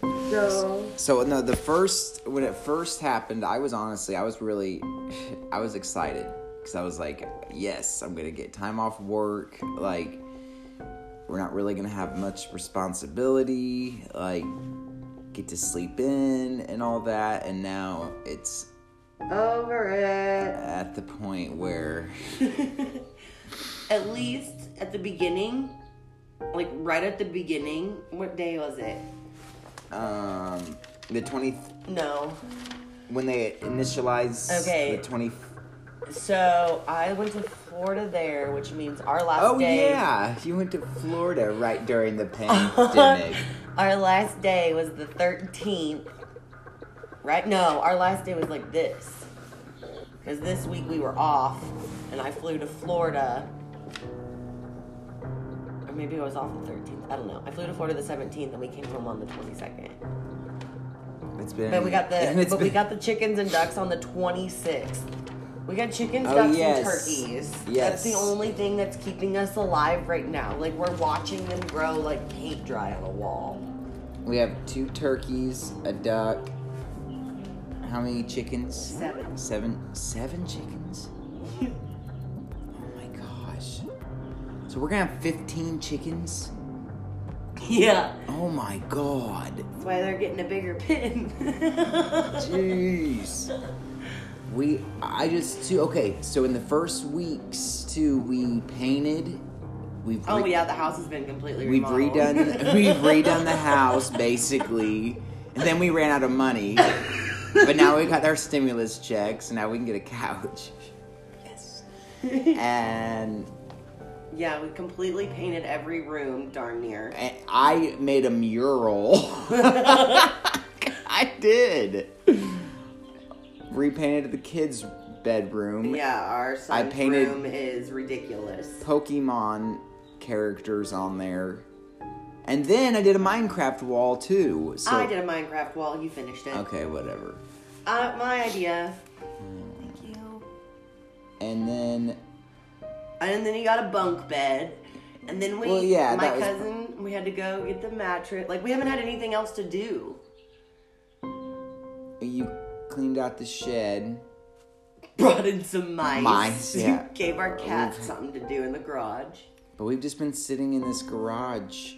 Girl. So no, the first when it first happened, I was honestly, I was really, I was excited because I was like, yes, I'm gonna get time off work. Like, we're not really gonna have much responsibility. Like, get to sleep in and all that. And now it's Over it. at the point where at least at the beginning, like right at the beginning, what day was it? um, the 20 No. when they initialize Okay. the 20 So I went to Florida there, which means our last Oh day. yeah, you went to Florida right during the pandemic. Our last day was the 13th. Right? No, our last day was like this. Because this week we were off, and I flew to Florida. Or maybe I was off the 13th. I don't know. I flew to Florida the 17th, and we came home on the 22nd. it's been But we got the and but it's we been- got the chickens and ducks on the 26th. We got chickens, Oh, ducks, yes. and turkeys. That's Yes. the only thing that's keeping us alive right now. Like we're watching them grow like paint dry on a wall. We have two turkeys, a duck. How many chickens? Seven. Seven. Seven chickens. oh my gosh! So we're gonna have fifteen chickens. Yeah. Oh my god! That's why they're getting a bigger pen. Jeez. We, I just too. Okay, so in the first weeks too, we painted. We've oh re- yeah, the house has been completely We've remodeled. redone we've redone the house basically, and then we ran out of money. But now we got our stimulus checks, and now we can get a couch. Yes. And yeah, we completely painted every room darn near. and I made a mural. I did. Repainted the kids' bedroom. Yeah, our son's painted- room is ridiculous. Pokemon characters on there. And then I did a Minecraft wall too. So I did a Minecraft wall. You finished it. Okay, whatever. Uh, my idea. Mm. Thank you. And then And then you got a bunk bed. And then we, Well, yeah, my that was- cousin, we had to go get the mattress. Like, we haven't had anything else to do. you cleaned out the shed. Brought in some mice. Mice, yeah. Gave our cat something to do in the garage. But we've just been sitting in this garage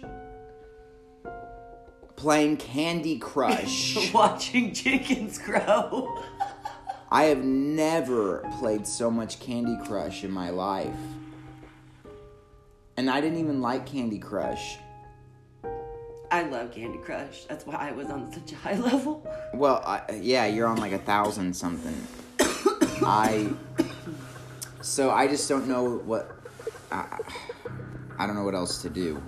playing Candy Crush. Watching chickens grow. I have never played so much Candy Crush in my life. And I didn't even like Candy Crush. I love Candy Crush. That's why I was on such a high level. Well, I, yeah, you're on like a thousand something. I. So I just don't know what. I, I don't know what else to do.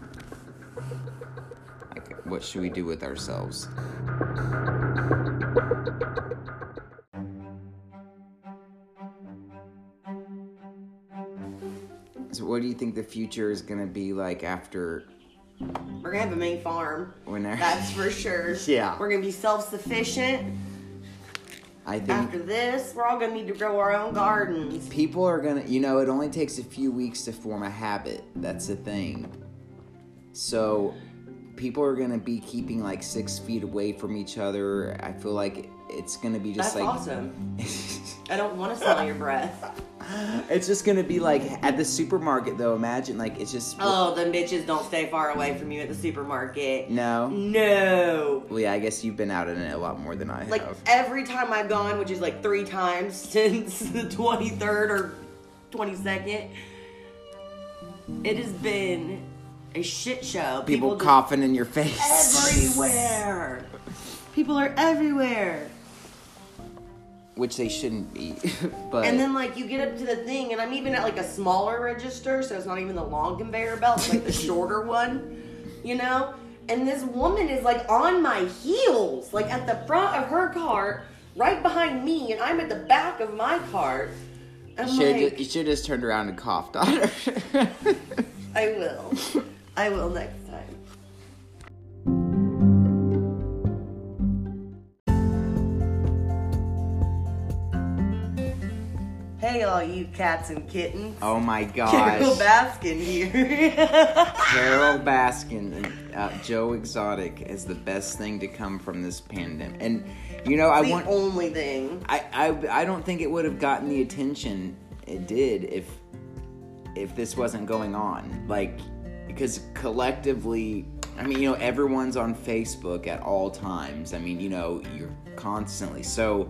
Like, what should we do with ourselves? So, what do you think the future is gonna be like after We're gonna have a main farm. whenever? That's for sure. Yeah. We're gonna be self sufficient. I think. After this, we're all gonna need to grow our own gardens. people are gonna you know it only takes a few weeks to form a habit that's the thing so people are gonna be keeping like six feet away from each other i feel like it's gonna be just That's like awesome. I don't wanna smell your breath. it's just gonna be like at the supermarket though imagine like it's just Oh, them bitches don't stay far away from you at the supermarket. no No. well yeah i guess you've been out in it a lot more than i Like have every time I've gone, which is like three times since the 23rd or 22nd, it has been a shit show. people, just- coughing in your face everywhere. People are everywhere. which they shouldn't be but And then like you get up to the thing, and I'm even at like a smaller register, so it's not even the long conveyor belt, it's like the shorter one, you know. And this woman is like on my heels, like at the front of her cart, right behind me, and I'm at the back of my cart. I'm should've like, ju- you should have just turned around and coughed on her I will, I will next time. Hey, all you cats and kittens. Oh my gosh. Carol Baskin here. Carol Baskin and uh, Joe Exotic is the best thing to come from this pandemic. And you know, I the want only thing. I, I I don't think it would have gotten the attention it did if if this wasn't going on. Like because collectively, I mean, you know, everyone's on Facebook at all times. I mean, you know, you're constantly so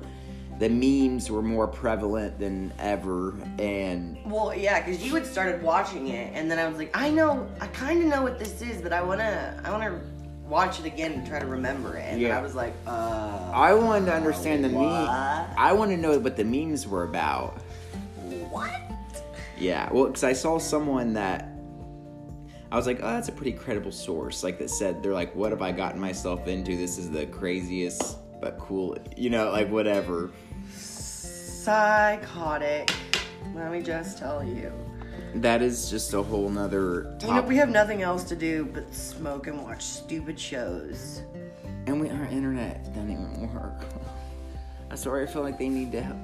the memes were more prevalent than ever and Well, yeah, because you had started watching it, and then I was like, I know, I kind of know what this is, but I wanna, I wanna watch it again and try to remember it. And then Yeah. I was like, uh, I wanted to understand the meme. What? I want to know what the memes were about. what? Yeah, well, because I saw someone that I was like, oh, that's a pretty credible source. Like that said, they're like, what have I gotten myself into? This is the craziest but cool, you know, like whatever. Psychotic. Let me just tell you. That is just a whole nother You know, topic. we have nothing else to do but smoke and watch stupid shows. and we, our internet doesn't even work. I'm sorry, I feel like they need to help.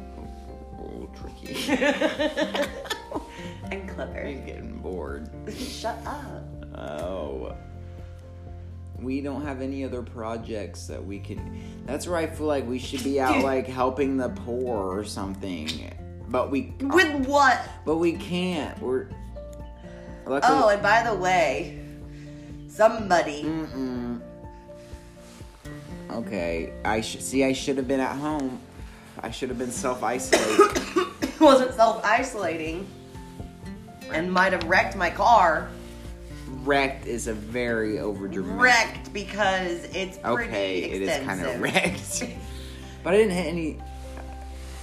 Oh, tricky. I'm clever. I'm getting bored. Shut up. Oh. We don't have any other projects that we could. That's where I feel like we should be out, like helping the poor or something. But we, With what? but we can't. We're. Oh, Luckily, and by the way, somebody. Mm-mm. Okay, I sh- see. I should have been at home. I should have been self-isolated. wasn't self isolating and might have wrecked my car. wrecked is a very overdramatic. Wrecked because it's pretty Okay, it is kind of extensive. wrecked. but I didn't hit any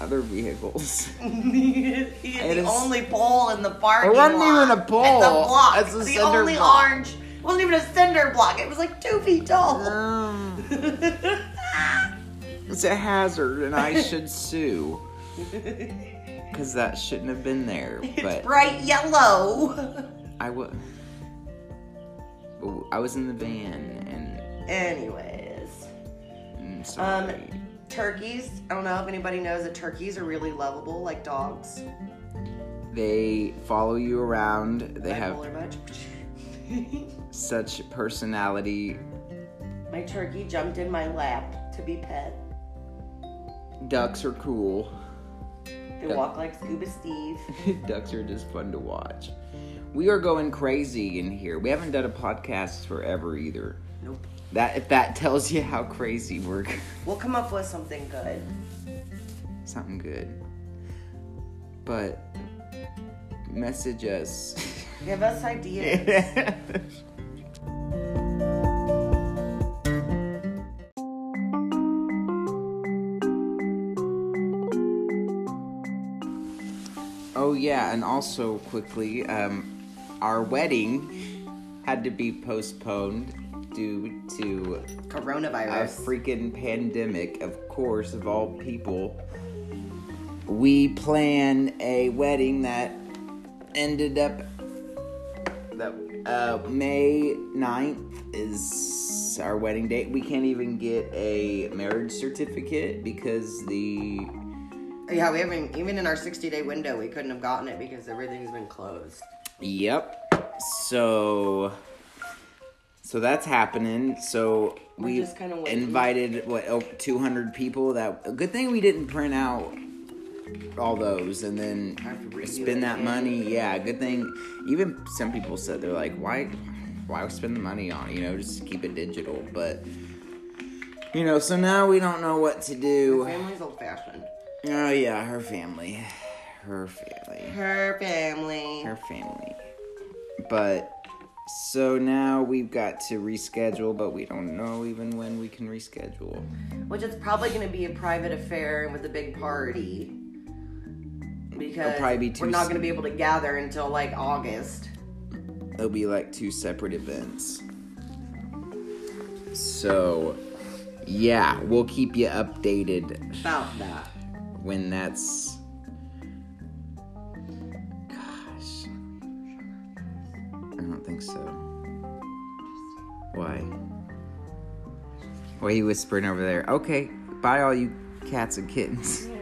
other vehicles. He is It the is- only pole in the parking It wasn't lot. even a pole. It's a block. It's a the cinder only block. orange. It wasn't even a cinder block. It was like two feet tall. Um, it's a hazard, and I should sue because that shouldn't have been there. it's But bright yellow. I was, I was in the van, Anyways, and mm, um, sorry. turkeys. I don't know if anybody knows that turkeys are really lovable, like dogs. they follow you around. They have Bipolar much. such personality. My turkey jumped in my lap to be pet. Ducks are cool. They Yeah. walk like Scuba Steve. Ducks are just fun to watch. We are going crazy in here. We haven't done a podcast forever either. Nope. That if that tells you how crazy we're. We'll come up with something good. something good. But message us. Give us ideas. Hi, Oh yeah, and also quickly, um, our wedding had to be postponed due to a Coronavirus. freaking pandemic, of course, of all people. We plan a wedding that ended up that uh, May 9th is our wedding date. We can't even get a marriage certificate because the yeah, we haven't even in our 60 day window we couldn't have gotten it because everything's been closed. yep. So so that's happening. So We're we just kinda waiting. invited what oh, 200 people. That good thing we didn't print out all those and then Have to redo spend it that again. money. Yeah, good thing. Even some people said they're like, why, why spend the money on it? You know, just keep it digital. But you know, so now we don't know what to do. Family's old fashioned. Oh yeah, her family, her family Her family. her family. But so now we've got to reschedule, but we don't know even when we can reschedule. Which is probably going to be a private affair and with a big party. Because probably be too we're not s- going to be able to gather until like August. It'll be like two separate events. So, yeah, we'll keep you updated About that. when that's. Gosh. I don't think so. Why? Why are you whispering over there? Okay, bye, all you cats and kittens.